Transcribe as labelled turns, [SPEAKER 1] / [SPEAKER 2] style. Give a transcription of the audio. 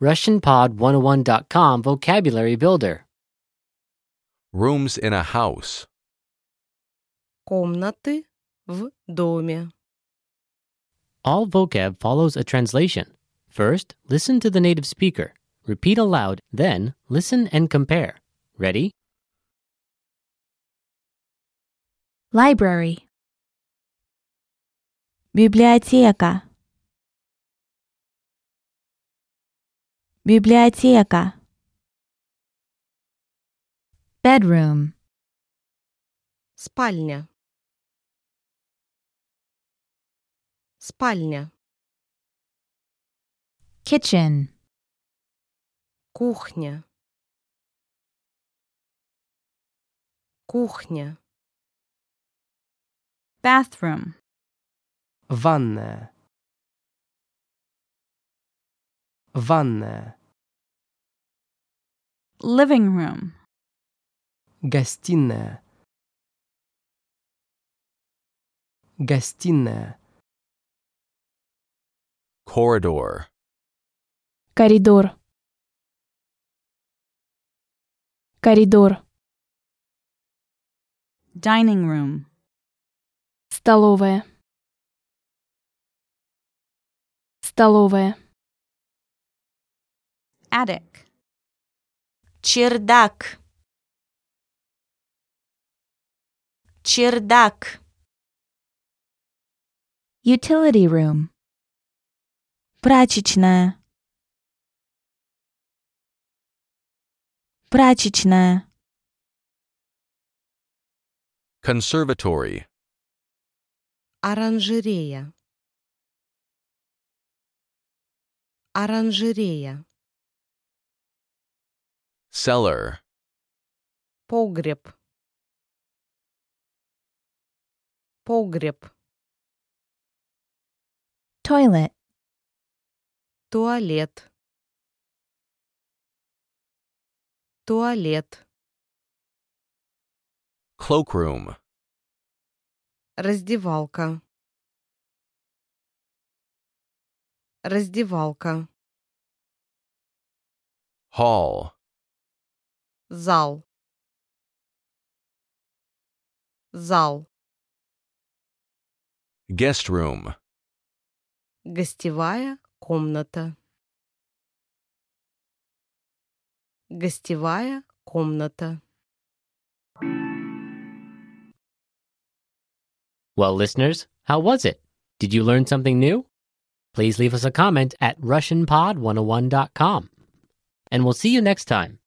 [SPEAKER 1] RussianPod101.com Vocabulary Builder.
[SPEAKER 2] Rooms in a house.
[SPEAKER 3] комнаты в доме.
[SPEAKER 1] All vocab follows a translation. First, listen to the native speaker. Repeat aloud, then, listen and compare. Ready?
[SPEAKER 4] Library. Библиотека. Библиотека. Bedroom.
[SPEAKER 3] Спальня. Спальня.
[SPEAKER 4] Kitchen.
[SPEAKER 3] Кухня. Кухня.
[SPEAKER 4] Bathroom.
[SPEAKER 5] Ванная. Ванная.
[SPEAKER 4] Living room.
[SPEAKER 5] Гостиная. Гостиная.
[SPEAKER 2] Corridor.
[SPEAKER 6] Коридор. Коридор.
[SPEAKER 4] Dining room.
[SPEAKER 6] Столовая. Столовая.
[SPEAKER 4] Attic. Чердак. Чердак. Utility room. Прачечная. Прачечная.
[SPEAKER 2] Conservatory.
[SPEAKER 3] Оранжерея. Оранжерея.
[SPEAKER 2] Cellar.
[SPEAKER 3] Погреб. Погреб.
[SPEAKER 4] Toilet.
[SPEAKER 3] Туалет. Туалет.
[SPEAKER 2] Cloakroom.
[SPEAKER 3] Раздевалка. Раздевалка.
[SPEAKER 2] Hall.
[SPEAKER 3] Зал. Зал.
[SPEAKER 2] Guest room.
[SPEAKER 3] Гостевая комната. Гостевая комната.
[SPEAKER 1] Well, listeners, how was it? Did you learn something new? oh Please leave us a comment at RussianPod101.com. And we'll see you next time.